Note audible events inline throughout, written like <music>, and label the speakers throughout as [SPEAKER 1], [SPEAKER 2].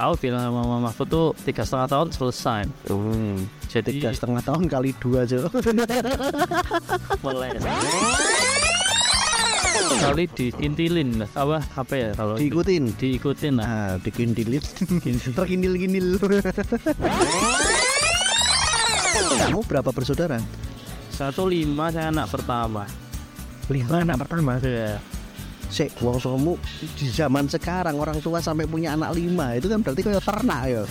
[SPEAKER 1] Aku bilang sama Mama Mahfud tuh tiga setengah tahun selesai.
[SPEAKER 2] Hmm.
[SPEAKER 1] Jadi
[SPEAKER 2] Tiga setengah tahun kali dua aja. iya.
[SPEAKER 1] mulai kali diintilin lah. apa HP ya kalau itu?
[SPEAKER 2] Diikutin.
[SPEAKER 1] diikutin lah
[SPEAKER 2] Nah, dikindilit. Terkindil-kindil. Kamu berapa bersaudara?
[SPEAKER 1] satu lima saya anak pertama
[SPEAKER 2] Lima anak pertama.
[SPEAKER 1] Iya.
[SPEAKER 2] Sik, wong somu di zaman sekarang orang tua sampai punya anak lima itu kan berarti kayak ternak ya.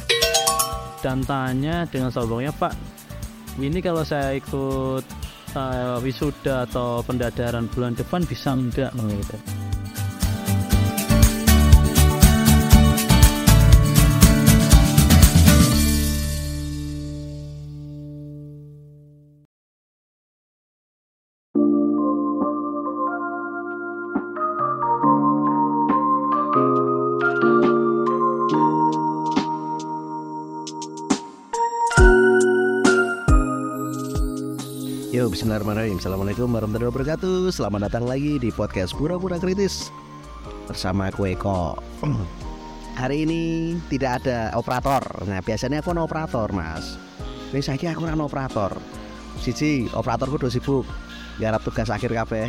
[SPEAKER 1] dan tanya dengan sombongnya Pak ini kalau saya ikut eh, wisuda atau pendadaran bulan depan bisa enggak Oh, gitu.
[SPEAKER 2] Yo, bismillahirrahmanirrahim. Assalamualaikum warahmatullahi wabarakatuh. Selamat datang lagi di podcast Pura-Pura Kritis bersama aku Eko. Hari ini tidak ada operator. Nah, biasanya aku ana operator, Mas. Ini saiki aku ana operator. Siji, operatorku udah sibuk. Garap tugas akhir kabeh.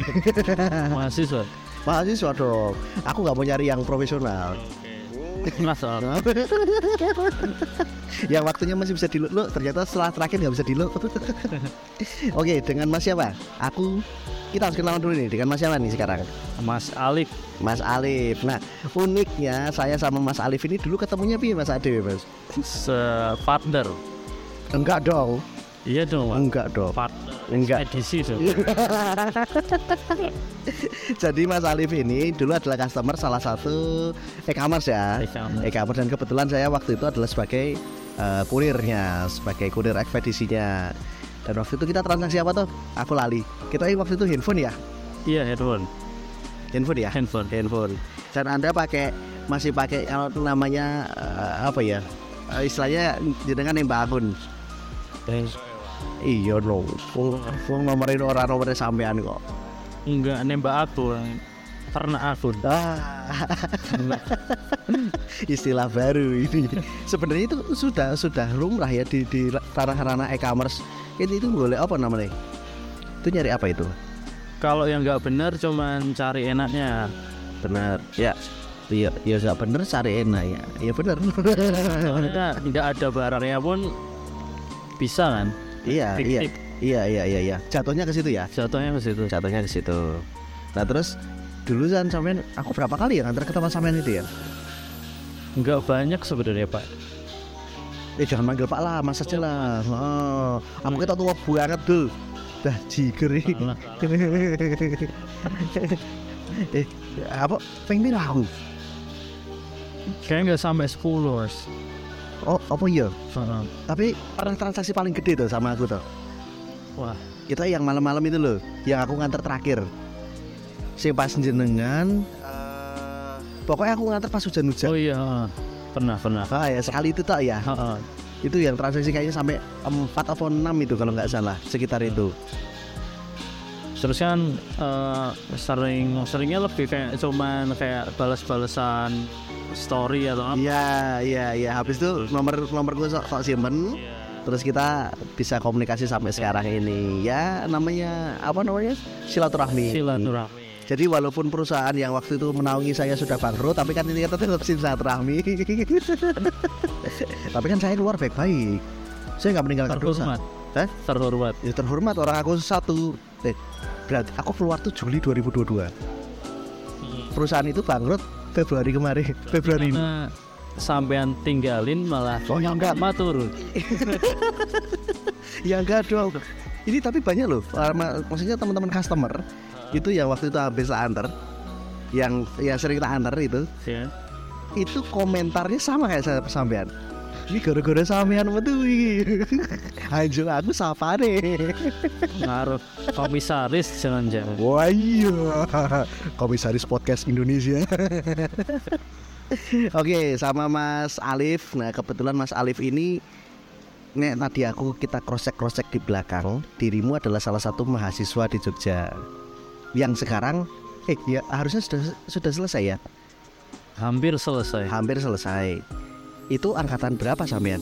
[SPEAKER 2] <laughs>
[SPEAKER 1] mahasiswa
[SPEAKER 2] Mahasiswa dong. Aku nggak mau nyari yang profesional.
[SPEAKER 1] Mas, oh.
[SPEAKER 2] <laughs> yang waktunya masih bisa diluk ternyata setelah terakhir nggak bisa diluk <laughs> oke dengan mas siapa aku kita harus kenalan dulu nih dengan mas siapa nih sekarang
[SPEAKER 1] Mas Alif
[SPEAKER 2] mas Alif nah uniknya saya sama mas Alif ini dulu ketemunya piye mas Ade mas
[SPEAKER 1] separtner
[SPEAKER 2] enggak dong
[SPEAKER 1] iya dong
[SPEAKER 2] enggak Iya. dong
[SPEAKER 1] Pak partner
[SPEAKER 2] enggak
[SPEAKER 1] edisi tuh
[SPEAKER 2] <laughs> jadi mas Alif ini dulu adalah customer salah satu e-commerce ya
[SPEAKER 1] E-commerce.
[SPEAKER 2] e-commerce dan kebetulan saya waktu itu adalah sebagai eh, kurirnya sebagai kurir ekspedisinya dan waktu itu kita transaksi apa tuh aku lali kita eh, waktu itu handphone ya
[SPEAKER 1] iya handphone
[SPEAKER 2] handphone ya
[SPEAKER 1] handphone
[SPEAKER 2] handphone dan anda pakai masih pakai kalau itu namanya eh, apa ya Eh, istilahnya jenengan yang bangun iya no wong wong nomorin orang nomornya sampean kok
[SPEAKER 1] enggak nembak aku karena aku
[SPEAKER 2] ah <laughs> istilah baru ini sebenarnya itu sudah sudah lumrah ya di di ranah-ranah e-commerce ini itu boleh apa namanya itu nyari apa itu
[SPEAKER 1] kalau yang nggak bener cuman cari enaknya
[SPEAKER 2] benar ya iya ya nggak benar cari enak ya ya <laughs> benar
[SPEAKER 1] Soalnya tidak ada barangnya pun bisa kan
[SPEAKER 2] iya iya
[SPEAKER 1] Fiktif.
[SPEAKER 2] iya iya iya iya jatuhnya ke situ ya
[SPEAKER 1] jatuhnya ke situ
[SPEAKER 2] jatuhnya ke situ nah terus dulu kan sampean aku berapa kali ya antar ketemu sampean itu ya
[SPEAKER 1] nggak banyak sebenarnya pak
[SPEAKER 2] eh jangan manggil pak lah mas aja lah oh, aku kita tua banget tuh dah jiger
[SPEAKER 1] Salah,
[SPEAKER 2] <laughs> eh apa pengen aku
[SPEAKER 1] kayaknya nggak sampai 10 Mas.
[SPEAKER 2] oh apa iya
[SPEAKER 1] Heeh.
[SPEAKER 2] tapi pernah transaksi paling gede tuh sama aku tuh
[SPEAKER 1] wah
[SPEAKER 2] kita yang malam-malam itu loh yang aku nganter terakhir sing pas jenengan eh, pokoknya aku nganter pas hujan-hujan
[SPEAKER 1] oh iya heeh. pernah pernah
[SPEAKER 2] ah ya sekali itu tak ya
[SPEAKER 1] Heeh.
[SPEAKER 2] itu yang transaksi kayaknya sampai 4 atau 6 itu kalau nggak salah sekitar itu
[SPEAKER 1] terus kan eh, sering seringnya lebih kayak cuman kayak balas-balesan story atau apa
[SPEAKER 2] iya iya iya habis itu nomor nomor gue sok, sok simpen
[SPEAKER 1] Iya.
[SPEAKER 2] terus kita bisa komunikasi sampai sekarang ini ya namanya apa namanya silaturahmi
[SPEAKER 1] silaturahmi
[SPEAKER 2] jadi walaupun perusahaan yang waktu itu menaungi saya sudah bangkrut tapi kan ini kita tetap silaturahmi <laughs> tapi kan saya keluar baik-baik saya nggak meninggalkan perusahaan
[SPEAKER 1] terhormat
[SPEAKER 2] Hah?
[SPEAKER 1] terhormat
[SPEAKER 2] ya terhormat orang aku satu eh, berarti aku keluar tuh Juli 2022
[SPEAKER 1] Hmm.
[SPEAKER 2] perusahaan itu bangkrut Februari kemarin Februari ini
[SPEAKER 1] Nah, sampean tinggalin malah
[SPEAKER 2] oh ya enggak
[SPEAKER 1] matur
[SPEAKER 2] ya enggak dong ini tapi banyak loh eh, ma- maksudnya teman-teman customer itu yang waktu itu habis tak antar yang yang sering tak antar itu
[SPEAKER 1] ya
[SPEAKER 2] itu komentarnya sama kayak saya sampean ini gara-gara sampean metu iki. <laughs> Anjing aku sapa deh
[SPEAKER 1] ngaruh komisaris jangan-jangan
[SPEAKER 2] Wah iya Komisaris Podcast Indonesia <laughs> Oke sama Mas Alif Nah kebetulan Mas Alif ini Nek tadi aku kita cross-check-cross-check di belakang Dirimu adalah salah satu mahasiswa di Jogja Yang sekarang Eh ya harusnya sudah, sudah selesai ya
[SPEAKER 1] hampir selesai
[SPEAKER 2] Hampir selesai Itu angkatan berapa sampean?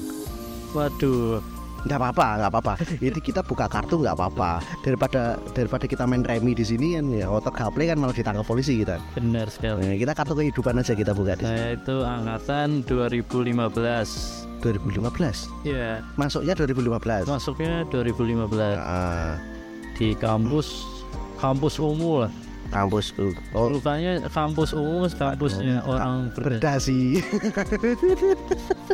[SPEAKER 1] Waduh,
[SPEAKER 2] Nggak apa-apa, nggak apa-apa. Itu kita buka kartu nggak apa-apa. Daripada daripada kita main remi di sini kan ya otak gaple kan malah ditangkap polisi kita.
[SPEAKER 1] benar sekali.
[SPEAKER 2] Nah, kita kartu kehidupan aja kita buka di sini.
[SPEAKER 1] Saya itu angkatan 2015.
[SPEAKER 2] 2015.
[SPEAKER 1] Ya,
[SPEAKER 2] Masuknya
[SPEAKER 1] Oh.
[SPEAKER 2] 2015.
[SPEAKER 1] masuknya 2015
[SPEAKER 2] Ah,
[SPEAKER 1] di kampus kampus umum lah.
[SPEAKER 2] kampus tuh. Oh, ya. Ah,
[SPEAKER 1] Rupanya kampus umum kampusnya orang berda.
[SPEAKER 2] berdasi.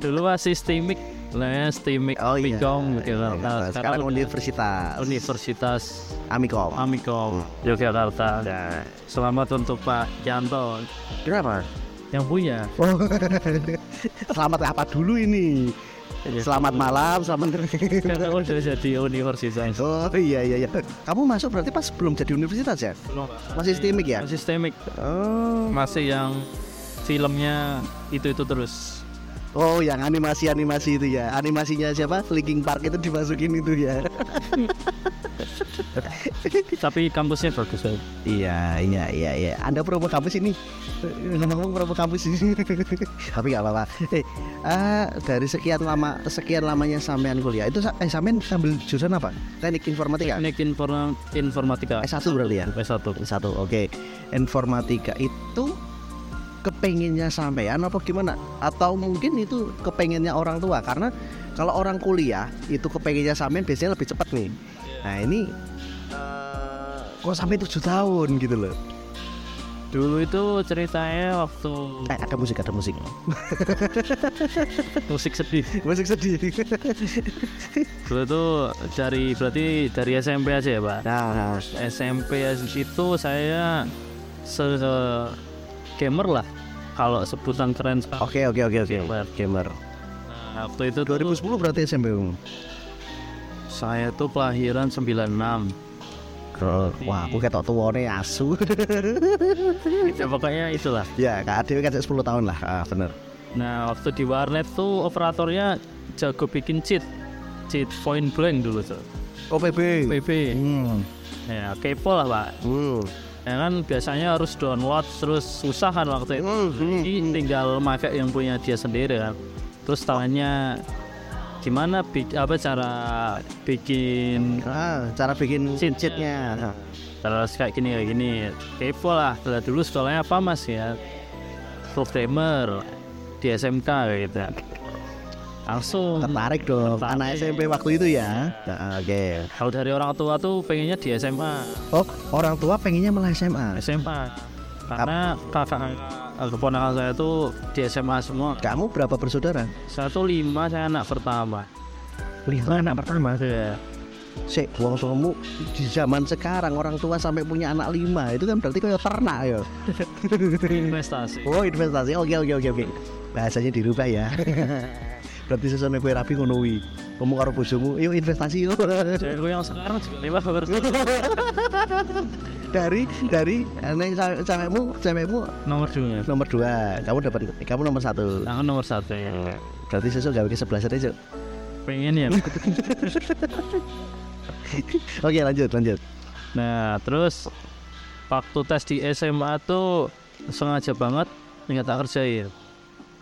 [SPEAKER 1] Dulu masih sistemik, lah ya, sistemik
[SPEAKER 2] Oh iya.
[SPEAKER 1] Pikom gitu.
[SPEAKER 2] Iya,
[SPEAKER 1] Nah,
[SPEAKER 2] Sekarang
[SPEAKER 1] udah
[SPEAKER 2] universitas.
[SPEAKER 1] Universitas
[SPEAKER 2] Amikom.
[SPEAKER 1] Ah. Amikom
[SPEAKER 2] Hmm.
[SPEAKER 1] Yogyakarta.
[SPEAKER 2] Nah,
[SPEAKER 1] Selamat untuk Pak Yanto
[SPEAKER 2] kenapa?
[SPEAKER 1] yang punya.
[SPEAKER 2] Oh. <laughs> selamat apa dulu ini?
[SPEAKER 1] Iya.
[SPEAKER 2] Selamat malam, selamat <laughs>
[SPEAKER 1] Karena udah Kan jadi universitas.
[SPEAKER 2] Oh iya iya iya. Kamu masuk berarti pas belum jadi universitas ya? Masih sistemik ya?
[SPEAKER 1] Masih sistemik.
[SPEAKER 2] Oh.
[SPEAKER 1] masih yang filmnya itu itu terus
[SPEAKER 2] Oh, yang animasi-animasi itu ya. Animasinya siapa? Linkin Park itu dimasukin itu ya.
[SPEAKER 1] tapi kampusnya bagus banget.
[SPEAKER 2] Iya, iya, iya, iya. Anda promo kampus ini. Ngomong-ngomong promo kampus ini. <laughs> Tapi nggak apa-apa. Eh, ah, dari sekian lama sekian lamanya sampean kuliah itu sa- eh sampean sambil jurusan apa? Teknik informatika.
[SPEAKER 1] teknik inform- informatika
[SPEAKER 2] S1 berarti ya?
[SPEAKER 1] S1
[SPEAKER 2] S1. Oke. Informatika itu kepengennya sampean apa gimana? Atau mungkin itu kepengennya orang tua karena kalau orang kuliah itu kepengennya sampean biasanya lebih cepat nih. Nah, ini eh, kok sampai 7 tahun gitu loh.
[SPEAKER 1] dulu itu ceritanya waktu
[SPEAKER 2] <laughs> Eh, ada musik, ada musik.
[SPEAKER 1] musik sedih
[SPEAKER 2] Musik sedih.
[SPEAKER 1] dulu itu dari berarti dari SMP aja ya pak
[SPEAKER 2] <laughs> nah,
[SPEAKER 1] SMP itu saya se gamer lah kalau sebutan keren sekarang.
[SPEAKER 2] oke oke oke oke.
[SPEAKER 1] Gamer.
[SPEAKER 2] Gamer.
[SPEAKER 1] nah, waktu itu tuh
[SPEAKER 2] 2010 berarti SMP. Bung.
[SPEAKER 1] saya tuh kelahiran 96
[SPEAKER 2] Wah, aku ketok tuane asu. <laughs>
[SPEAKER 1] ya, pokoknya itulah
[SPEAKER 2] ya, Kak Adewi kan 10 tahun lah. Ah, bener.
[SPEAKER 1] Nah, waktu di warnet tuh operatornya jago bikin cheat. Cheat point blank dulu tuh.
[SPEAKER 2] OPB.
[SPEAKER 1] PP.
[SPEAKER 2] Hmm.
[SPEAKER 1] Ya, kepo lah, Pak.
[SPEAKER 2] Hmm.
[SPEAKER 1] Ya kan biasanya harus download terus susah kan waktu itu.
[SPEAKER 2] Hmm.
[SPEAKER 1] Jadi tinggal pakai yang punya dia sendiri kan. Terus tangannya gimana bi- apa cara bikin
[SPEAKER 2] Ah, cara bikin
[SPEAKER 1] Cheat.
[SPEAKER 2] cheatnya. Ah.
[SPEAKER 1] terus kayak gini kayak gini kepo lah Lah dulu sekolahnya apa mas ya programmer di SMK kayak gitu langsung
[SPEAKER 2] Tertarik dong
[SPEAKER 1] Tertarik.
[SPEAKER 2] anak SMP waktu itu ya. Ah, Oke.
[SPEAKER 1] Kalau dari orang tua tuh pengennya di SMA,
[SPEAKER 2] Oh, orang tua pengennya malah SMA.
[SPEAKER 1] SMA. Karena kakak eh, keponakan saya tuh di SMA semua.
[SPEAKER 2] Kamu berapa bersaudara?
[SPEAKER 1] Saya tuh lima, saya anak pertama.
[SPEAKER 2] Lima anak pertama.
[SPEAKER 1] Iya.
[SPEAKER 2] Sik, wong somu di zaman sekarang orang tua sampai punya anak lima itu kan berarti kayak ternak ya.
[SPEAKER 1] Investasi.
[SPEAKER 2] Oh, investasi. Oke, oke, oke, oke. Bahasanya dirubah ya. <laughs> berarti sesone kowe rapi ngono kuwi. Ngomong karo bojomu, "Yuk investasi yuk." <laughs>
[SPEAKER 1] Jadi gue yang sekarang juga lima baru
[SPEAKER 2] dari dari nah, nek cewekmu, cewekmu
[SPEAKER 1] nomor dua.
[SPEAKER 2] nomor dua kamu dapat kamu nomor satu
[SPEAKER 1] Aku nomor satu ya.
[SPEAKER 2] berarti sesuk gawe ke sebelah sana Cuk. <laughs>
[SPEAKER 1] Pengen ya.
[SPEAKER 2] oke lanjut lanjut
[SPEAKER 1] Nah terus waktu tes di SMA tuh sengaja banget nggak tak kerjain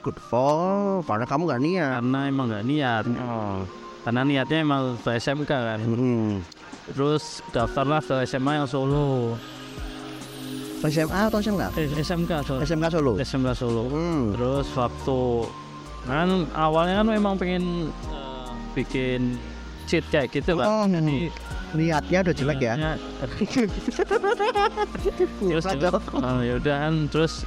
[SPEAKER 2] good fall karena kamu gak niat
[SPEAKER 1] karena emang nggak niat
[SPEAKER 2] Oh.
[SPEAKER 1] karena niatnya emang ke SMK kan
[SPEAKER 2] hmm.
[SPEAKER 1] terus daftarlah ke SMA yang Solo
[SPEAKER 2] SMA atau SMK
[SPEAKER 1] eh, SMK Solo
[SPEAKER 2] SMK Solo
[SPEAKER 1] SMK Solo
[SPEAKER 2] hmm.
[SPEAKER 1] terus waktu kan awalnya kan memang pengen eh, bikin cheat kayak gitu pak
[SPEAKER 2] Oh, niatnya udah jelek ya
[SPEAKER 1] Ya, terus
[SPEAKER 2] Nyesel dong.
[SPEAKER 1] eh, ya udah kan terus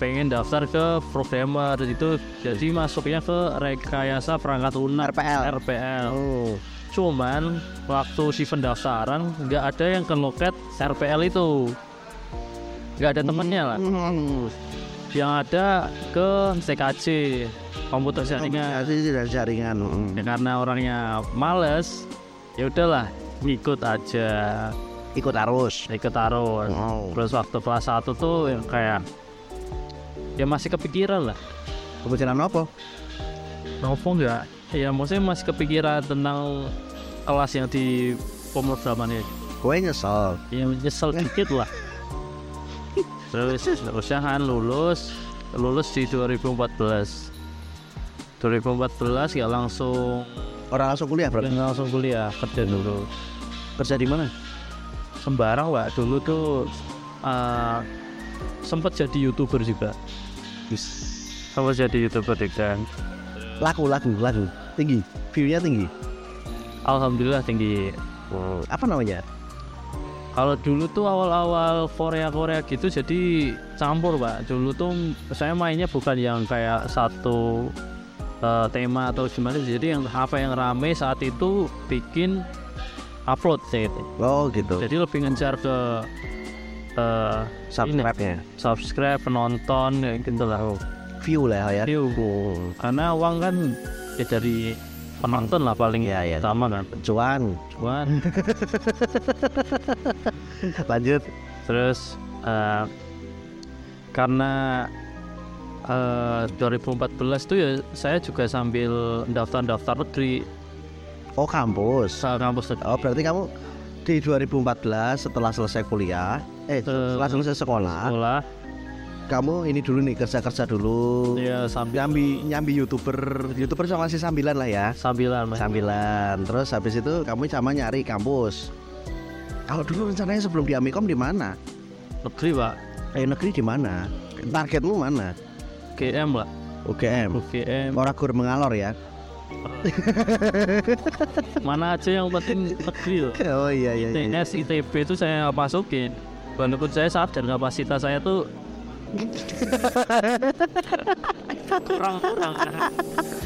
[SPEAKER 1] pengen daftar ke programmer itu jadi masuknya ke rekayasa perangkat lunak
[SPEAKER 2] RPL.
[SPEAKER 1] RPL
[SPEAKER 2] oh.
[SPEAKER 1] cuman waktu si pendaftaran nggak ada yang ke loket RPL itu nggak ada temennya lah
[SPEAKER 2] Hmm.
[SPEAKER 1] yang ada ke CKC komputer jaringan
[SPEAKER 2] Komunikasi tidak jaringan hmm.
[SPEAKER 1] Ya, karena orangnya males ya udahlah ngikut aja
[SPEAKER 2] ikut arus
[SPEAKER 1] ikut taruh
[SPEAKER 2] Wow.
[SPEAKER 1] terus waktu kelas 1 tuh yang kayak ya masih kepikiran lah
[SPEAKER 2] kebetulan anu apa
[SPEAKER 1] nopo nggak ya maksudnya masih kepikiran tentang kelas yang di pemrograman itu
[SPEAKER 2] gue nyesel
[SPEAKER 1] ya nyesel dikit lah terus terusnya kan lulus lulus di 2014 2014 ya langsung
[SPEAKER 2] Orang langsung kuliah berarti
[SPEAKER 1] langsung kuliah kerja dulu
[SPEAKER 2] Iya. kerja di mana?
[SPEAKER 1] sembarang pak dulu tuh eh, sempat jadi youtuber juga sempat jadi youtuber juga
[SPEAKER 2] Laku laku laku tinggi viewnya tinggi.
[SPEAKER 1] alhamdulillah tinggi
[SPEAKER 2] Apa namanya?
[SPEAKER 1] kalau dulu tuh awal-awal Korea Korea gitu jadi campur pak dulu tuh saya mainnya bukan yang kayak satu eh, tema atau gimana jadi yang apa yang rame saat itu bikin upload gitu.
[SPEAKER 2] Oh gitu.
[SPEAKER 1] jadi lebih ngejar ke eh,
[SPEAKER 2] Subscribe-nya.
[SPEAKER 1] subscribe penonton ya gitu lah
[SPEAKER 2] Oh. View lah ya.
[SPEAKER 1] View. karena uang kan ya dari penonton lah paling
[SPEAKER 2] Iya, iya.
[SPEAKER 1] utama kan
[SPEAKER 2] Cuan.
[SPEAKER 1] cuman
[SPEAKER 2] Lanjut.
[SPEAKER 1] terus eh, karena eh, 2014 tuh ya saya juga sambil daftar-daftar negeri
[SPEAKER 2] Oh kampus.
[SPEAKER 1] saat kampus negeri.
[SPEAKER 2] Oh berarti kamu di 2014 setelah selesai kuliah, eh
[SPEAKER 1] Eh,
[SPEAKER 2] setelah selesai sekolah,
[SPEAKER 1] sekolah
[SPEAKER 2] kamu ini dulu nih kerja kerja dulu.
[SPEAKER 1] ya sambil
[SPEAKER 2] Nyambi nyambi youtuber, youtuber sama masih sambilan lah ya.
[SPEAKER 1] sambilan Mas.
[SPEAKER 2] Sambilan. Terus habis itu kamu sama nyari kampus. Kalau dulu rencananya sebelum di Amikom di mana?
[SPEAKER 1] negeri pak
[SPEAKER 2] Eh negeri di mana? Targetmu mana?
[SPEAKER 1] GM lah
[SPEAKER 2] UGM.
[SPEAKER 1] UGM
[SPEAKER 2] Ora gur mengalor ya.
[SPEAKER 1] mana aja yang penting negeri loh
[SPEAKER 2] <laughs> Oh iya iya. iya.
[SPEAKER 1] ITS ITB itu saya nggak masukin walaupun saya sadar kapasitas saya tuh kurang kurang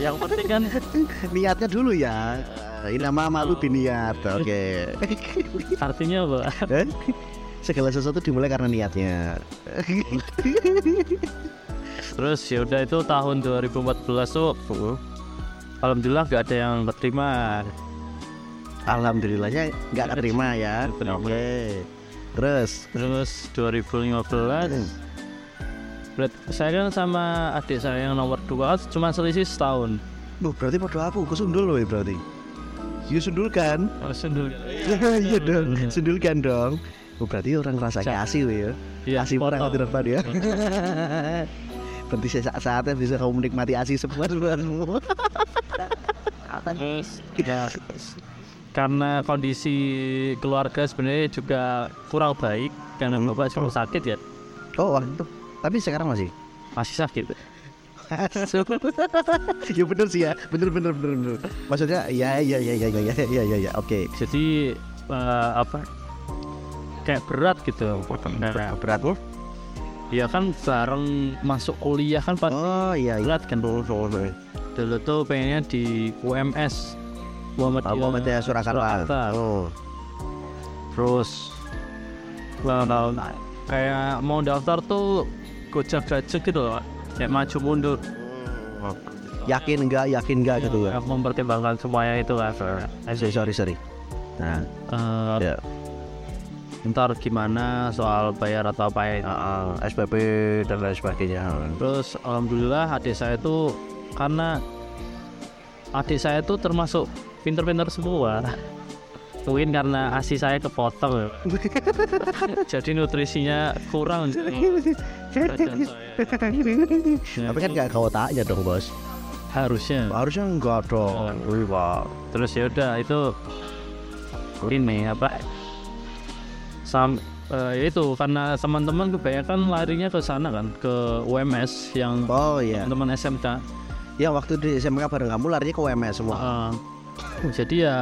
[SPEAKER 1] yang penting kan
[SPEAKER 2] Eh, Niatnya dulu ya. Eh, Ini nama malu biniat. Oke.
[SPEAKER 1] artinya apa
[SPEAKER 2] Eh, Segala sesuatu dimulai karena niatnya.
[SPEAKER 1] terus ya udah itu tahun 2014 tuh alhamdulillah nggak ada yang terima
[SPEAKER 2] Alhamdulillahnya nggak keterima ya.
[SPEAKER 1] Keterima.
[SPEAKER 2] Oke. Terus
[SPEAKER 1] terus 2015 berat- saya kan sama adik saya yang nomor dua cuma selisih setahun
[SPEAKER 2] Loh, berarti pada aku kesundul loh ya berarti. You sundul kan?
[SPEAKER 1] Sundul.
[SPEAKER 2] <laughs> Iya dong, sundulkan dong. Oh, berarti orang ngerasa
[SPEAKER 1] Cak.
[SPEAKER 2] kasih loh ya.
[SPEAKER 1] Iya,
[SPEAKER 2] Kasih orang
[SPEAKER 1] potong.
[SPEAKER 2] hati depan ya. <laughs> Berarti saat saatnya bisa kamu menikmati asi semua semua.
[SPEAKER 1] Terus, ya, karena kondisi keluarga sebenarnya juga kurang baik karena bapak cuma sakit ya
[SPEAKER 2] Oh, waktu itu. Tapi sekarang masih.
[SPEAKER 1] masih sakit
[SPEAKER 2] <laughs> ya bener sih ya, bener bener bener bener. Maksudnya ya ya ya ya ya ya ya ya ya. Oke.
[SPEAKER 1] jadi eh, apa kayak berat gitu
[SPEAKER 2] Berat.
[SPEAKER 1] ya kan bareng masuk kuliah kan pas
[SPEAKER 2] Oh iya. iya.
[SPEAKER 1] berat kan dulu dulu tuh pengennya di UMS Muhammadiyah,
[SPEAKER 2] Aku mau tanya Surakarta.
[SPEAKER 1] Surakarta.
[SPEAKER 2] Oh.
[SPEAKER 1] terus well, well, kayak mau daftar tuh gojek gojek gitu loh kayak maju mundur
[SPEAKER 2] Yakin enggak? Yakin enggak gitu ya?
[SPEAKER 1] Aku mempertimbangkan semuanya itu kan
[SPEAKER 2] Sorry sorry sorry. Nah,
[SPEAKER 1] Eh,
[SPEAKER 2] ya.
[SPEAKER 1] ntar gimana soal bayar atau apa ya.
[SPEAKER 2] SPP dan lain sebagainya.
[SPEAKER 1] Iya, terus alhamdulillah adik saya itu karena adik saya itu termasuk pinter-pinter semua mungkin karena asi saya kepotong ya. jadi nutrisinya kurang iya. Badan saya.
[SPEAKER 2] Tapi kan nggak kau tanya dong bos.
[SPEAKER 1] harusnya
[SPEAKER 2] Harusnya nggak
[SPEAKER 1] Iya.
[SPEAKER 2] dong. Wih wow.
[SPEAKER 1] terus ya udah itu ini apa sam eh, ya itu karena teman-teman kebanyakan larinya ke sana kan ke UMS yang
[SPEAKER 2] Oh iya.
[SPEAKER 1] teman-teman SMK
[SPEAKER 2] Ya waktu di SMK bareng kamu larinya ke UMS semua.
[SPEAKER 1] Eh, <laughs> jadi ya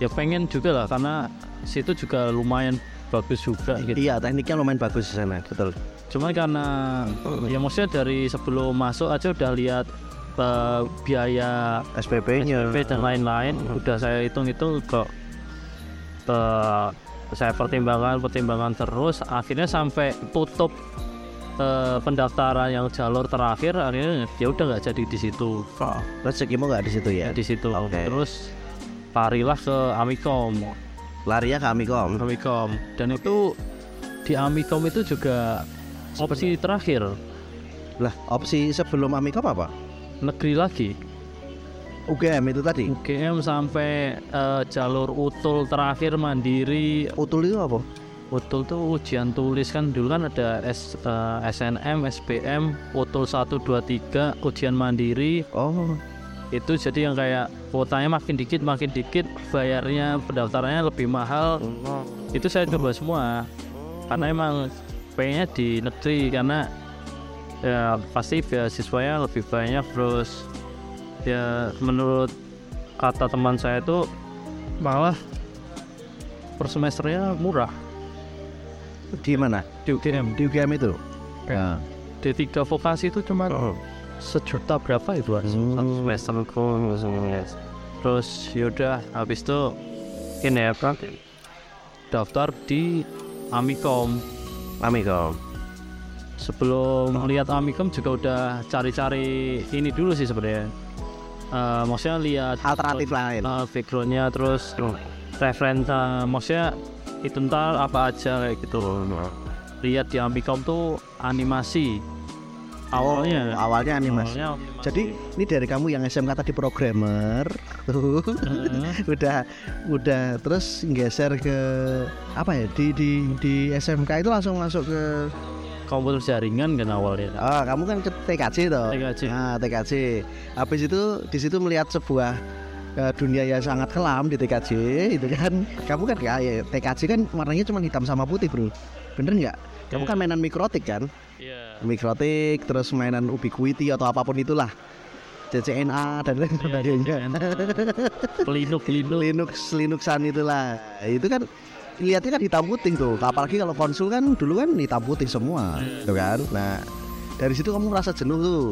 [SPEAKER 1] ya pengen juga lah karena situ juga lumayan bagus juga gitu
[SPEAKER 2] Iya tekniknya lumayan bagus di sana betul.
[SPEAKER 1] cuman karena ya maksudnya dari sebelum masuk aja udah lihat eh, biaya
[SPEAKER 2] SPP-nya.
[SPEAKER 1] SPP dan lain-lain udah saya hitung-hitung kok eh, saya pertimbangkan pertimbangan terus akhirnya sampai tutup eh, pendaftaran yang jalur terakhir akhirnya ya udah nggak jadi di situ
[SPEAKER 2] Oh, Rezekimu nggak di situ
[SPEAKER 1] ya
[SPEAKER 2] ya?
[SPEAKER 1] di situ
[SPEAKER 2] Oke.
[SPEAKER 1] terus larilah ke Amikom
[SPEAKER 2] Larinya ke Amikom.
[SPEAKER 1] Amikom dan itu di Amikom itu juga opsi terakhir
[SPEAKER 2] Lah opsi sebelum Amikom apa?
[SPEAKER 1] negeri lagi
[SPEAKER 2] UGM itu tadi.
[SPEAKER 1] UGM sampai eh, jalur utul terakhir mandiri
[SPEAKER 2] Utul itu apa?
[SPEAKER 1] Utul tuh ujian tulis kan dulu kan ada S, eh, SNM, SBM, Utul 1, 2, 3, ujian mandiri
[SPEAKER 2] Oh,
[SPEAKER 1] itu jadi yang kayak kuotanya makin dikit makin dikit bayarnya pendaftarannya lebih mahal itu saya coba semua karena emang pengennya di negeri karena ya pasti beasiswanya lebih banyak terus ya menurut kata teman saya itu malah per semesternya murah
[SPEAKER 2] di mana?
[SPEAKER 1] di UGM
[SPEAKER 2] Di UGM itu. Nah,
[SPEAKER 1] Ya. D3 vokasi itu cuma
[SPEAKER 2] Oh.
[SPEAKER 1] sejuta berapa itu Mas?
[SPEAKER 2] Hmm.
[SPEAKER 1] satu semester terus yaudah habis itu ini ya Pak, daftar di Amikom
[SPEAKER 2] Amikom.
[SPEAKER 1] sebelum lihat Amikom juga udah cari-cari ini dulu sih sebenarnya Eh, maksudnya lihat
[SPEAKER 2] Alternatif lain.
[SPEAKER 1] eh, backgroundnya terus referensi maksudnya itu ntar apa aja kayak gitu lihat di Amikom tuh animasi awalnya
[SPEAKER 2] Oh, awalnya animasi.
[SPEAKER 1] iya. awalnya
[SPEAKER 2] Jadi ini dari kamu yang SMK tadi programmer, tuh
[SPEAKER 1] Heeh.
[SPEAKER 2] <laughs> udah udah terus geser ke apa ya di di di SMK itu langsung masuk ke
[SPEAKER 1] komputer jaringan kan awalnya
[SPEAKER 2] oh kamu kan ke TKJ toh
[SPEAKER 1] TKJ.
[SPEAKER 2] nah, TKJ habis itu di situ melihat sebuah eh, dunia yang sangat kelam di TKJ itu kan kamu kan kayak TKJ kan warnanya cuma hitam sama putih bro bener nggak kamu
[SPEAKER 1] Iya.
[SPEAKER 2] kan mainan mikrotik kan
[SPEAKER 1] Iya.
[SPEAKER 2] mikrotik terus mainan ubiquity atau apapun itulah CCNA dan lain sebagainya
[SPEAKER 1] Pelinuk pelinuk.
[SPEAKER 2] <laughs> Linux Linuxan itulah itu kan lihatnya kan hitam putih tuh apalagi kalau konsul kan dulu kan hitam putih semua tuh kan nah dari situ kamu merasa jenuh tuh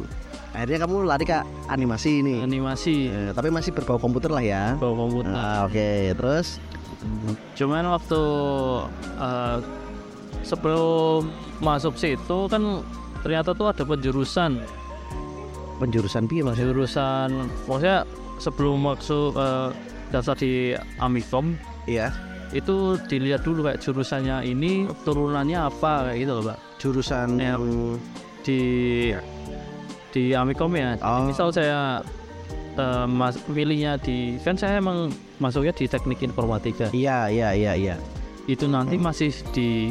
[SPEAKER 2] akhirnya kamu lari ke animasi ini
[SPEAKER 1] Animasi
[SPEAKER 2] Eh, tapi masih berbau komputer lah ya
[SPEAKER 1] bawa komputer.
[SPEAKER 2] Ah, oke terus
[SPEAKER 1] Cuman waktu eh, sebelum masuk situ kan ternyata tuh ada penjurusan
[SPEAKER 2] penjurusan piye mas
[SPEAKER 1] jurusan maksudnya sebelum masuk eh, daftar di Amikom
[SPEAKER 2] iya
[SPEAKER 1] itu dilihat dulu kayak jurusannya ini turunannya apa kayak gitu loh pak
[SPEAKER 2] jurusan
[SPEAKER 1] Ya. di di Amikom ya. Jadi
[SPEAKER 2] Oh.
[SPEAKER 1] misal saya eh, mas pilihnya di kan saya emang masuknya di teknik informatika.
[SPEAKER 2] iya iya iya iya
[SPEAKER 1] Itu nanti masih di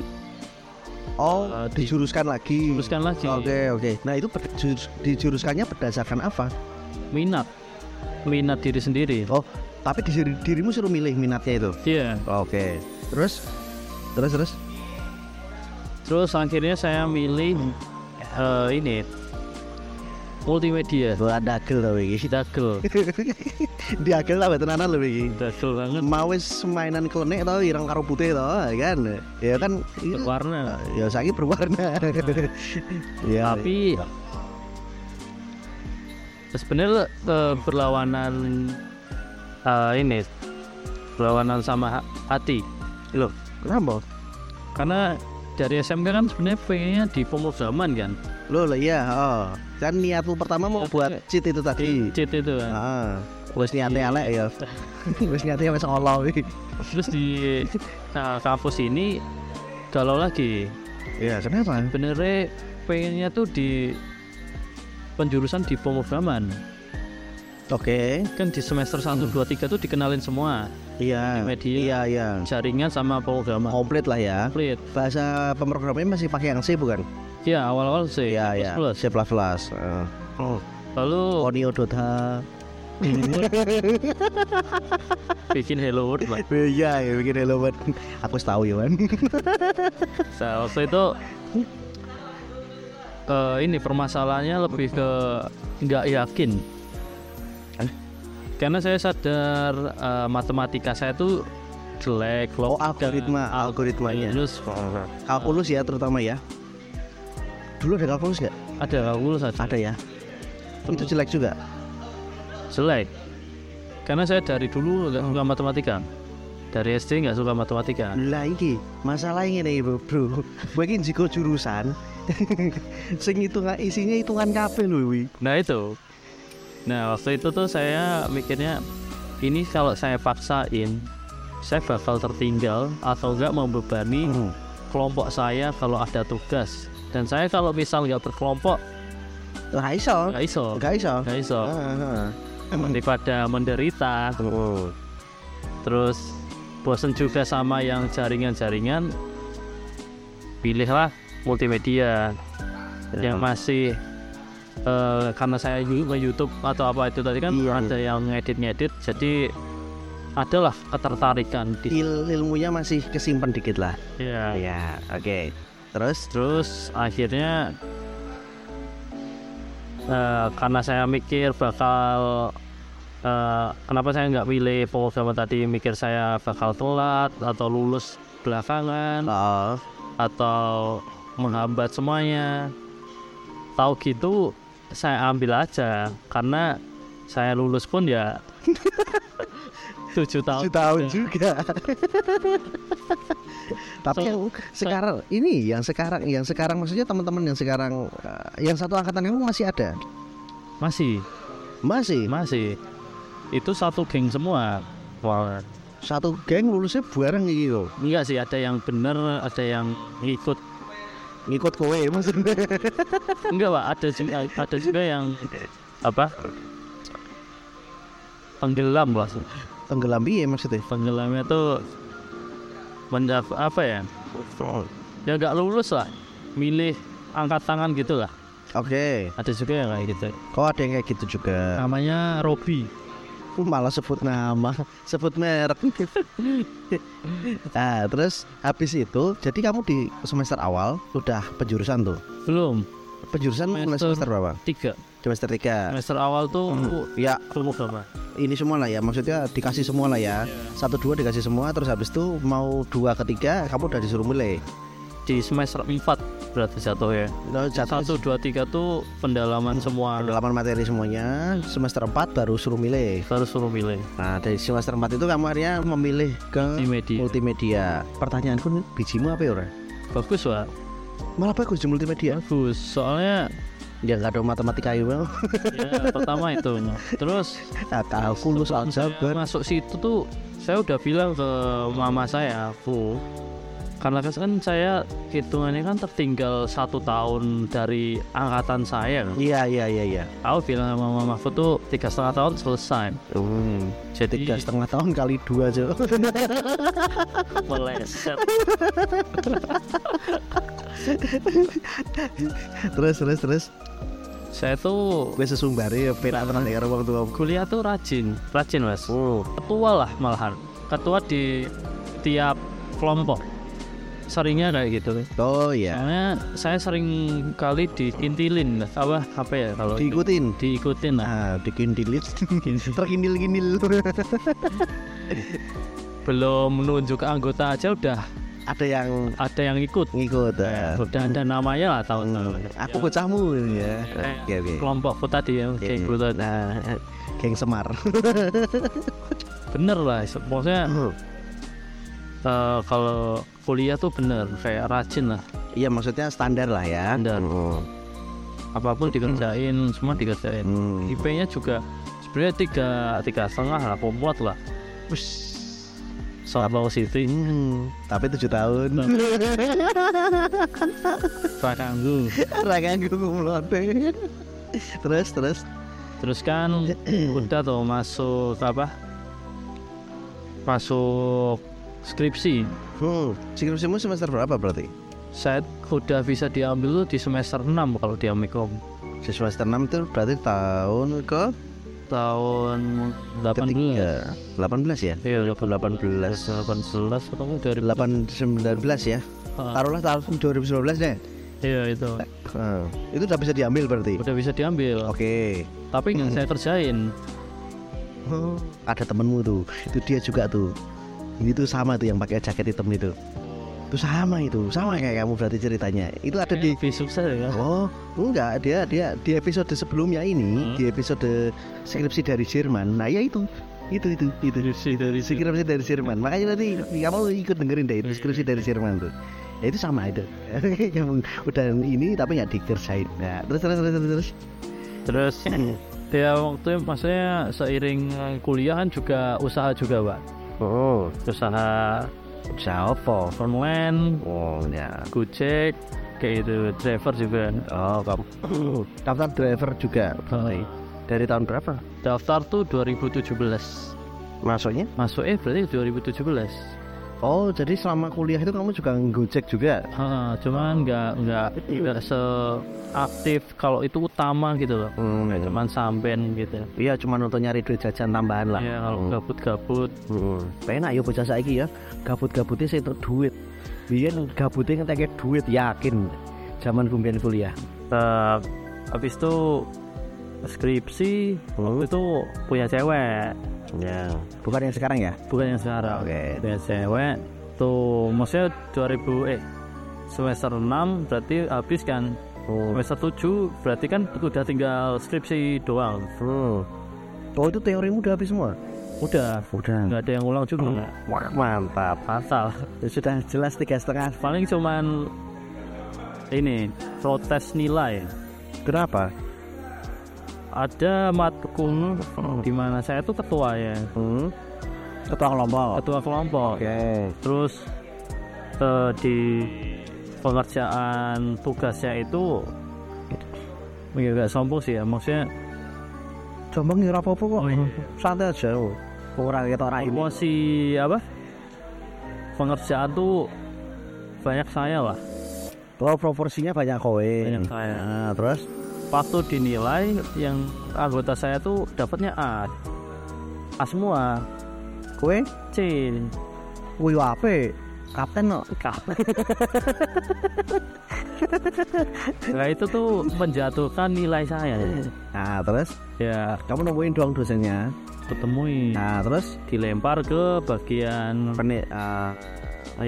[SPEAKER 2] oh
[SPEAKER 1] Eh, di-
[SPEAKER 2] dijuruskan lagi
[SPEAKER 1] teruskan lagi
[SPEAKER 2] oke oke nah itu ber- jurus- dijuruskannya berdasarkan apa
[SPEAKER 1] minat minat diri sendiri.
[SPEAKER 2] oh tapi diri- dirimu suruh milih minatnya itu
[SPEAKER 1] Iya.
[SPEAKER 2] Oke. Terus? Terus terus?
[SPEAKER 1] Terus akhirnya saya milih eh, ini multimedia.
[SPEAKER 2] Gua dagel tau iki. <laughs>
[SPEAKER 1] Dagel,
[SPEAKER 2] Diagel tau tenanan lho iki.
[SPEAKER 1] dagel banget
[SPEAKER 2] Mau wis mainan klenik tau ireng karo putih tau ya kan. Ya kan iya.
[SPEAKER 1] berwarna.
[SPEAKER 2] ya saiki berwarna. <laughs> ya,
[SPEAKER 1] tapi sebenarnya eh, berlawanan eh, ini berlawanan sama ha- hati
[SPEAKER 2] loh, kenapa?
[SPEAKER 1] karena dari SMK kan sebenarnya pengennya di pemudaman kan
[SPEAKER 2] Loh, loh iya, oh. Kan niatmu pertama mau buat cheat itu
[SPEAKER 1] di
[SPEAKER 2] tadi.
[SPEAKER 1] CT itu kan
[SPEAKER 2] Heeh. Ah. Wis niate elek <laughs> ya. Wis niate wis ngolo iki.
[SPEAKER 1] terus di nah, kampus ini galau lagi
[SPEAKER 2] Ya, kenapa?
[SPEAKER 1] sebenarnya pengennya tuh di penjurusan di pemudaman
[SPEAKER 2] Oke.
[SPEAKER 1] kan di semester 1,
[SPEAKER 2] Hmm.
[SPEAKER 1] 2, 3 tuh dikenalin semua
[SPEAKER 2] Iya.
[SPEAKER 1] Media.
[SPEAKER 2] Iya, iya.
[SPEAKER 1] jaringan sama pemrograman
[SPEAKER 2] Komplit lah ya.
[SPEAKER 1] komplit
[SPEAKER 2] Bahasa pemrogramannya masih pakai yang C bukan?
[SPEAKER 1] ya awal-awal sih
[SPEAKER 2] Iya ya.
[SPEAKER 1] plus-plus.
[SPEAKER 2] C++. Ah. Oh. Heeh.
[SPEAKER 1] lalu
[SPEAKER 2] Onio Dota.
[SPEAKER 1] bikin Hello World
[SPEAKER 2] <laughs>
[SPEAKER 1] Pak.
[SPEAKER 2] Iya ya bikin Hello World. Aku wis tahu ya, Wan.
[SPEAKER 1] Saya Nah, waktu itu eh, ini permasalahannya lebih ke nggak yakin.
[SPEAKER 2] Hah?
[SPEAKER 1] Karena saya sadar eh, matematika saya tuh jelek,
[SPEAKER 2] <laughs> Oh,
[SPEAKER 1] logika,
[SPEAKER 2] algoritma, algoritmanya.
[SPEAKER 1] terus
[SPEAKER 2] Iya. Kalkulus ya terutama ya. Dulu ada kalkulus nggak?
[SPEAKER 1] ada kalkulus ada
[SPEAKER 2] Ada ya. Itu jelek juga.
[SPEAKER 1] jelek. Karena saya dari dulu nggak suka matematika. Dari SD nggak suka matematika.
[SPEAKER 2] Lah iki, masalah ini nih, Bro. bro. Gue iki njiko jurusan. <laughs> Sing hitungan isinya hitungan kabeh lho wi.
[SPEAKER 1] Nah itu. Nah waktu itu tuh saya mikirnya ini kalau saya paksain saya bakal tertinggal atau enggak membebani
[SPEAKER 2] Hmm.
[SPEAKER 1] kelompok saya kalau ada tugas dan saya kalau misal nggak berkelompok
[SPEAKER 2] Lah iso.
[SPEAKER 1] nggak iso
[SPEAKER 2] Enggak iso. Ah,
[SPEAKER 1] nggak iso
[SPEAKER 2] Heeh.
[SPEAKER 1] daripada menderita terus bosen juga sama yang jaringan-jaringan pilihlah multimedia yang masih eh, karena saya yu- nge YouTube atau apa itu tadi kan
[SPEAKER 2] Iya,
[SPEAKER 1] ada yang ngedit ngedit jadi adalah ketertarikan di
[SPEAKER 2] Il- ilmunya masih kesimpan dikit lah.
[SPEAKER 1] ya.
[SPEAKER 2] Ya, oke. Terus
[SPEAKER 1] terus akhirnya eh, karena saya mikir bakal eh, kenapa saya nggak pilih program tadi mikir saya bakal telat atau lulus belakangan
[SPEAKER 2] oh,
[SPEAKER 1] atau menghambat semuanya tahu gitu saya ambil aja karena saya lulus pun ya tujuh tahun sudah.
[SPEAKER 2] tahun
[SPEAKER 1] <laughs>
[SPEAKER 2] juga. Tapi
[SPEAKER 1] So-
[SPEAKER 2] yang sekarang ini yang sekarang yang sekarang maksudnya teman-teman yang sekarang eh, yang satu angkatan kamu masih ada?
[SPEAKER 1] masih
[SPEAKER 2] Masih.
[SPEAKER 1] masih itu satu geng semua Wah,
[SPEAKER 2] Satu geng lulusnya bareng gitu.
[SPEAKER 1] enggak sih ada yang bener ada yang ikut
[SPEAKER 2] Ngikut kowe maksudnya.
[SPEAKER 1] enggak pak ada juga ada juga yang apa tenggelam pak
[SPEAKER 2] Tenggelam piye maksudnya?
[SPEAKER 1] tenggelamnya tuh mendap apa ya ya nggak lulus lah milih angkat tangan gitu lah
[SPEAKER 2] Oke,
[SPEAKER 1] ada juga yang kayak gitu
[SPEAKER 2] kok ada yang kayak gitu juga?
[SPEAKER 1] namanya Robi
[SPEAKER 2] Malah sebut nama, sebut merek. nah, terus habis itu, jadi kamu di semester awal udah penjurusan tuh.
[SPEAKER 1] belum
[SPEAKER 2] Penjurusan mulai
[SPEAKER 1] Semester-
[SPEAKER 2] semester berapa?
[SPEAKER 1] tiga
[SPEAKER 2] Semester 3.
[SPEAKER 1] semester awal tuh aku
[SPEAKER 2] Ya,
[SPEAKER 1] belum sama
[SPEAKER 2] ini semua lah ya. Maksudnya dikasih semua lah ya. Satu dua dikasih semua, terus habis itu mau dua ketiga, kamu udah disuruh mulai.
[SPEAKER 1] di semester empat berarti jatuh ya
[SPEAKER 2] Nah, jatuh
[SPEAKER 1] satu dua tiga tuh pendalaman semua
[SPEAKER 2] pendalaman materi semuanya. Semester 4 baru suruh milih.
[SPEAKER 1] baru suruh milih
[SPEAKER 2] Nah, dari semester 4 itu kamu akhirnya memilih
[SPEAKER 1] di
[SPEAKER 2] ke
[SPEAKER 1] media
[SPEAKER 2] multimedia. Pertanyaanku nih, bijimu apa ya, Ora?
[SPEAKER 1] bagus pak
[SPEAKER 2] Malah bagus di multimedia.
[SPEAKER 1] bagus soalnya
[SPEAKER 2] Ya nggak ada matematika ya, <laughs> Bang.
[SPEAKER 1] ya pertama itu terus
[SPEAKER 2] Nah, Kalkulus
[SPEAKER 1] saya
[SPEAKER 2] aljabar.
[SPEAKER 1] masuk situ tuh saya udah bilang ke mama saya Bu karena kan saya hitungannya kan tertinggal satu tahun dari angkatan saya kan.
[SPEAKER 2] Iya, iya, iya, iya.
[SPEAKER 1] aku bilang sama mama aku tuh tiga setengah tahun selesai
[SPEAKER 2] Hmm.
[SPEAKER 1] jadi
[SPEAKER 2] Tiga setengah tahun kali dua aja.
[SPEAKER 1] meleset
[SPEAKER 2] <laughs> terus, terus, terus.
[SPEAKER 1] saya tuh
[SPEAKER 2] Gue sesumbari ya, penak tenan ya wong tua.
[SPEAKER 1] kuliah tuh rajin rajin mas
[SPEAKER 2] Oh,
[SPEAKER 1] ketua lah malahan ketua di tiap kelompok seringnya kayak gitu
[SPEAKER 2] oh ya.
[SPEAKER 1] Soalnya saya sering kali diintilin apa apa ya kalau itu?
[SPEAKER 2] Diikutin.
[SPEAKER 1] diikutin lah
[SPEAKER 2] Nah, dikindilit. Terkindil-kindil. <laughs>
[SPEAKER 1] belum menunjuk anggota aja udah
[SPEAKER 2] ada yang
[SPEAKER 1] ada yang ikut
[SPEAKER 2] ngikut. ah.
[SPEAKER 1] udah ada namanya lah tahu
[SPEAKER 2] Hmm, Aku bocahmu ini ya. Oke, oke.
[SPEAKER 1] kelompokku tadi ya
[SPEAKER 2] Oke.
[SPEAKER 1] Iya. kayak gitu.
[SPEAKER 2] Nah, geng Semar.
[SPEAKER 1] bener lah se-
[SPEAKER 2] Hmm.
[SPEAKER 1] maksudnya eh, kalau kuliah tuh bener kayak rajin lah
[SPEAKER 2] <laughs> Iya, maksudnya standar lah ya.
[SPEAKER 1] Standar.
[SPEAKER 2] Hmm.
[SPEAKER 1] apapun dikerjain semua dikerjain
[SPEAKER 2] Hmm.
[SPEAKER 1] IP-nya juga sebenarnya tiga tiga setengah lah pembuat lah Solo City
[SPEAKER 2] Hmm, tapi tujuh tahun.
[SPEAKER 1] Nah.
[SPEAKER 2] <laughs>
[SPEAKER 1] Bakanggu
[SPEAKER 2] Rakan gue kumlote. Terus terus.
[SPEAKER 1] Terus kan
[SPEAKER 2] <clears throat>
[SPEAKER 1] udah tuh masuk apa? Masuk skripsi.
[SPEAKER 2] Hmm, skripsimu semester berapa berarti?
[SPEAKER 1] Saya udah bisa diambil tuh di semester 6 kalau di Amikom.
[SPEAKER 2] Di semester 6 itu berarti tahun ke
[SPEAKER 1] Tahun 18.
[SPEAKER 2] ketiga. 18 ya?
[SPEAKER 1] Iya, 18.
[SPEAKER 2] 18.
[SPEAKER 1] 18 atau enggak 2000.
[SPEAKER 2] 819 ya.
[SPEAKER 1] Ah,
[SPEAKER 2] Taruhlah tahun 2019 deh.
[SPEAKER 1] Iya, itu.
[SPEAKER 2] Hmm, Itu udah bisa diambil berarti.
[SPEAKER 1] Udah bisa diambil.
[SPEAKER 2] Oke.
[SPEAKER 1] Tapi nggak saya kerjain.
[SPEAKER 2] Hmm, Ada temenmu tuh. Itu dia juga tuh. Ini tuh sama tuh yang pakai jaket hitam itu. Itu sama itu. Sama kayak kamu berarti ceritanya. Itu ada di
[SPEAKER 1] Lebih sukses ya.
[SPEAKER 2] Oh, enggak, dia dia di episode sebelumnya
[SPEAKER 1] Hmm.
[SPEAKER 2] ini, di episode skripsi dari Jerman. Nah, ya itu. Itu itu itu.
[SPEAKER 1] Skripsi dari segi
[SPEAKER 2] Skripsi dari Jerman. Makanya nanti kamu ikut dengerin deh itu skripsi dari Jerman tuh. Ya itu sama itu. <laughs> Yang udah ini tapi nggak dikerjain. Nah, terus terus terus terus. terus. <clears throat>
[SPEAKER 1] Terus ya waktu maksudnya seiring kuliah kan juga usaha juga, Pak.
[SPEAKER 2] Oh,
[SPEAKER 1] Usaha
[SPEAKER 2] siapa?
[SPEAKER 1] online
[SPEAKER 2] Oh, ya.
[SPEAKER 1] Gojek kayak itu driver juga
[SPEAKER 2] Oh, kamu daftar driver juga.
[SPEAKER 1] Baik.
[SPEAKER 2] Dari tahun berapa?
[SPEAKER 1] daftar tuh 2017
[SPEAKER 2] Masuknya?
[SPEAKER 1] masuk eh berarti 2017
[SPEAKER 2] Oh, jadi selama kuliah itu kamu juga ngojek juga?
[SPEAKER 1] Heeh, cuman nggak nggak nggak seaktif kalau itu utama gitu loh
[SPEAKER 2] Hmm, ya,
[SPEAKER 1] cuman samben gitu
[SPEAKER 2] Iya, cuma untuk nyari duit jajan tambahan lah.
[SPEAKER 1] ya kalau gabut-gabut
[SPEAKER 2] Hmm. Penak yo bocah saiki ya. Gabut-gabutnya sih untuk duit. Biyen gabutnya ngeteke duit yakin. Zaman kumpian kuliah.
[SPEAKER 1] Tetap. habis itu skripsi waktu itu punya cewek
[SPEAKER 2] Ya. Bukan yang sekarang ya?
[SPEAKER 1] bukan yang sekarang
[SPEAKER 2] Oke.
[SPEAKER 1] punya cewek tuh maksudnya 2000 eh semester 6 berarti habis kan
[SPEAKER 2] Hmm.
[SPEAKER 1] semester 7 berarti kan udah tinggal skripsi doang
[SPEAKER 2] Oh, itu teorimu udah habis semua?
[SPEAKER 1] udah
[SPEAKER 2] Udah.
[SPEAKER 1] nggak ada yang ulang juga
[SPEAKER 2] Wah, mantap.
[SPEAKER 1] fatal
[SPEAKER 2] Ya, sudah jelas tiga setengah.
[SPEAKER 1] paling cuman ini protes nilai
[SPEAKER 2] Kenapa?
[SPEAKER 1] ada matkul
[SPEAKER 2] Oh.
[SPEAKER 1] di mana saya tuh ketua ya
[SPEAKER 2] Hmm. Ketua kelompok.
[SPEAKER 1] ketua kelompok
[SPEAKER 2] Oke.
[SPEAKER 1] terus eh, di pengerjaan tugasnya itu ya nggak sombong sih ya maksudnya
[SPEAKER 2] Sombong ya apa kok.
[SPEAKER 1] Oh, iya.
[SPEAKER 2] Santai aja. Orang kita orang Ah, ini.
[SPEAKER 1] emosi apa pengerjaan tuh banyak saya lah
[SPEAKER 2] Oh, proporsinya banyak kowe.
[SPEAKER 1] Banyak saya.
[SPEAKER 2] Nah, terus
[SPEAKER 1] waktu dinilai yang anggota saya tuh dapatnya A A semua
[SPEAKER 2] kowe
[SPEAKER 1] C
[SPEAKER 2] wih ape? Kapten no.
[SPEAKER 1] nah itu tuh menjatuhkan nilai saya
[SPEAKER 2] Nah, terus
[SPEAKER 1] ya
[SPEAKER 2] kamu nemuin dong dosennya.
[SPEAKER 1] ketemui
[SPEAKER 2] Nah, terus
[SPEAKER 1] dilempar ke bagian
[SPEAKER 2] penik eh,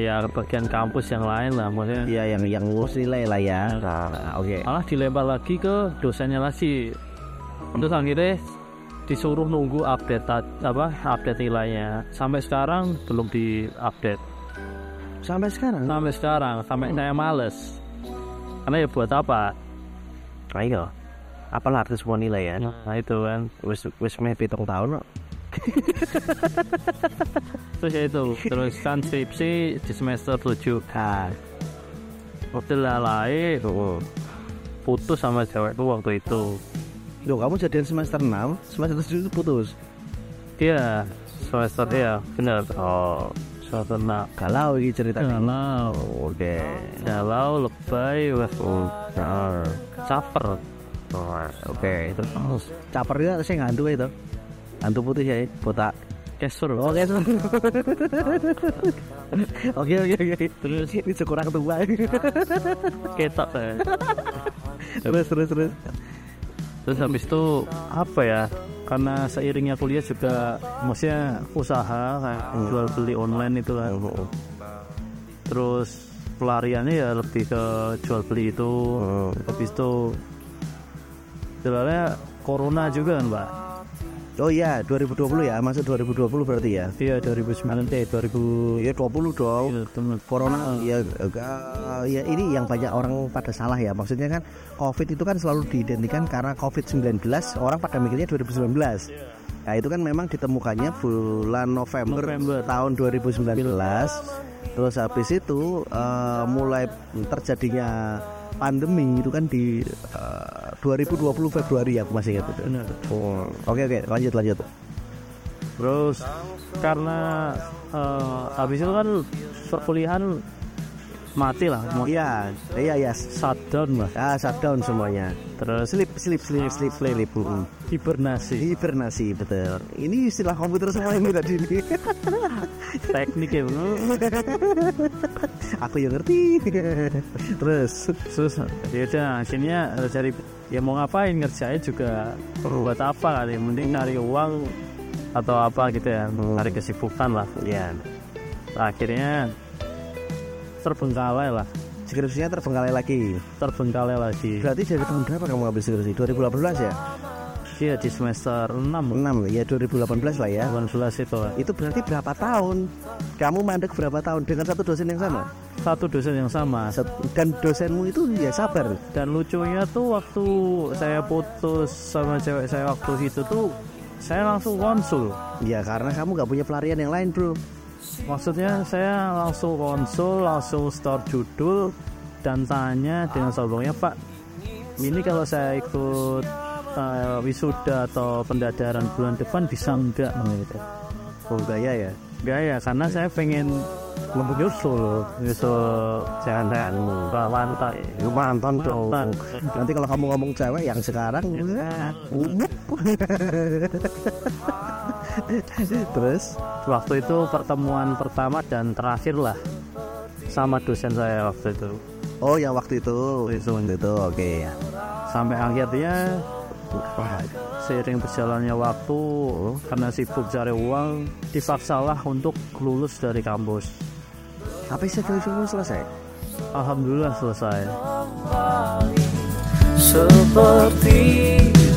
[SPEAKER 1] ya ke bagian kampus yang lain lah maksudnya
[SPEAKER 2] ya yang yang ngurus nilai lah
[SPEAKER 1] Iya,
[SPEAKER 2] ya. Nah, oke.
[SPEAKER 1] malah dilempar lagi ke dosennya lagi terus akhirnya disuruh nunggu update ta- apa update nilainya sampai sekarang belum di update
[SPEAKER 2] Sampai sekarang.
[SPEAKER 1] sampai sekarang sampai saya males karena ya buat apa
[SPEAKER 2] Ayo. Apalah arti semua nilai ya?
[SPEAKER 1] nah itu kan
[SPEAKER 2] Wis wis meh pitung tahun no.
[SPEAKER 1] terus ya <laughs> itu terus kan skripsi di semester 7
[SPEAKER 2] Nah,
[SPEAKER 1] Kan. waktu lalai putus sama cewekku waktu itu
[SPEAKER 2] Loh, kamu jadian semester 6, semester 7 itu putus.
[SPEAKER 1] dia Iya, semester ya benar oh semester enam
[SPEAKER 2] Galau ini cerita.
[SPEAKER 1] Iya. galau
[SPEAKER 2] Oke.
[SPEAKER 1] galau lebay wes
[SPEAKER 2] Oh, nah.
[SPEAKER 1] caper
[SPEAKER 2] Oke, itu kan capernya saya ngantu itu. Ngantu putih ya, botak.
[SPEAKER 1] kesur
[SPEAKER 2] Oke, so- <laughs> oke, oke, oke.
[SPEAKER 1] terus
[SPEAKER 2] Ini sekurang tua.
[SPEAKER 1] ketok ya.
[SPEAKER 2] terus, terus, terus.
[SPEAKER 1] terus habis itu apa ya karena seiringnya kuliah juga maksudnya usaha kayak jual beli online itu kan terus pelariannya ya lebih ke jual beli itu habis itu sebenarnya corona juga kan pak
[SPEAKER 2] Oh iya, 2020 ya, masuk 2020 berarti ya.
[SPEAKER 1] iya 2019 eh 2000
[SPEAKER 2] Ya 20 dong.
[SPEAKER 1] iya, temen.
[SPEAKER 2] Corona ya eh, ya ini yang banyak orang pada salah ya. Maksudnya kan Covid itu kan selalu diidentikan karena Covid-19 orang pada mikirnya 2019.
[SPEAKER 1] Iya.
[SPEAKER 2] Nah, itu kan memang ditemukannya bulan November,
[SPEAKER 1] November.
[SPEAKER 2] tahun 2019. Terus habis itu eh, mulai terjadinya pandemi itu kan di eh, 2020 Februari ya aku masih ingat itu.
[SPEAKER 1] Benar.
[SPEAKER 2] Oh, Oke oke, lanjut lanjut.
[SPEAKER 1] terus karena eh, habis itu kan perkuliahan mati lah mau
[SPEAKER 2] Iya, iya iya.
[SPEAKER 1] shutdown lah
[SPEAKER 2] Ah, shutdown semuanya.
[SPEAKER 1] terus
[SPEAKER 2] Sleep, sleep, sleep, sleep, sleep. Mm-mm.
[SPEAKER 1] hibernasi
[SPEAKER 2] Hmm, Hibernasi betul. Ini istilah komputer semua ini tadi <laughs> ini.
[SPEAKER 1] teknik ya bro.
[SPEAKER 2] Aku yang ngerti. <laughs> Terus
[SPEAKER 1] terus ya udah akhirnya eh, cari ya mau ngapain ngerjain juga buat apa kali ya? mending cari uang atau apa gitu ya cari kesibukan lah
[SPEAKER 2] ya
[SPEAKER 1] akhirnya terbengkalai lah
[SPEAKER 2] skripsinya terbengkalai lagi.
[SPEAKER 1] terbengkalai lagi
[SPEAKER 2] Berarti dari tahun berapa kamu habis skripsi? 2018 ya?
[SPEAKER 1] dia di semester 6
[SPEAKER 2] 6 ya 2018 lah ya.
[SPEAKER 1] 18 itu
[SPEAKER 2] Itu berarti berapa tahun? Kamu mandek berapa tahun dengan satu dosen yang sama?
[SPEAKER 1] satu dosen yang sama
[SPEAKER 2] Sat- Dan dosenmu itu ya sabar.
[SPEAKER 1] dan lucunya tuh waktu saya putus sama cewek saya waktu itu tuh saya langsung konsul
[SPEAKER 2] Ya karena kamu nggak punya pelarian yang lain, Bro.
[SPEAKER 1] maksudnya saya langsung konsul langsung store judul dan tanya dengan sombongnya pak ini kalau saya ikut eh, wisuda atau pendadaran bulan depan bisa enggak Nah, gitu.
[SPEAKER 2] Oh, gaya ya.
[SPEAKER 1] Enggak ya, karena saya pengen
[SPEAKER 3] menyusul menyusul janganmu lawan tak mantan dong
[SPEAKER 2] Nanti kalau kamu ngomong cewek yang sekarang <laughs> Terus
[SPEAKER 1] waktu itu pertemuan pertama dan terakhir lah sama dosen saya waktu itu
[SPEAKER 2] Oh yang waktu itu
[SPEAKER 1] Itu.
[SPEAKER 2] Waktu itu oke ya
[SPEAKER 1] sampai akhirnya seiring berjalannya waktu karena sibuk cari uang dipaksalah untuk lulus dari kampus
[SPEAKER 2] Tapi setelah itu selesai
[SPEAKER 1] alhamdulillah selesai
[SPEAKER 4] seperti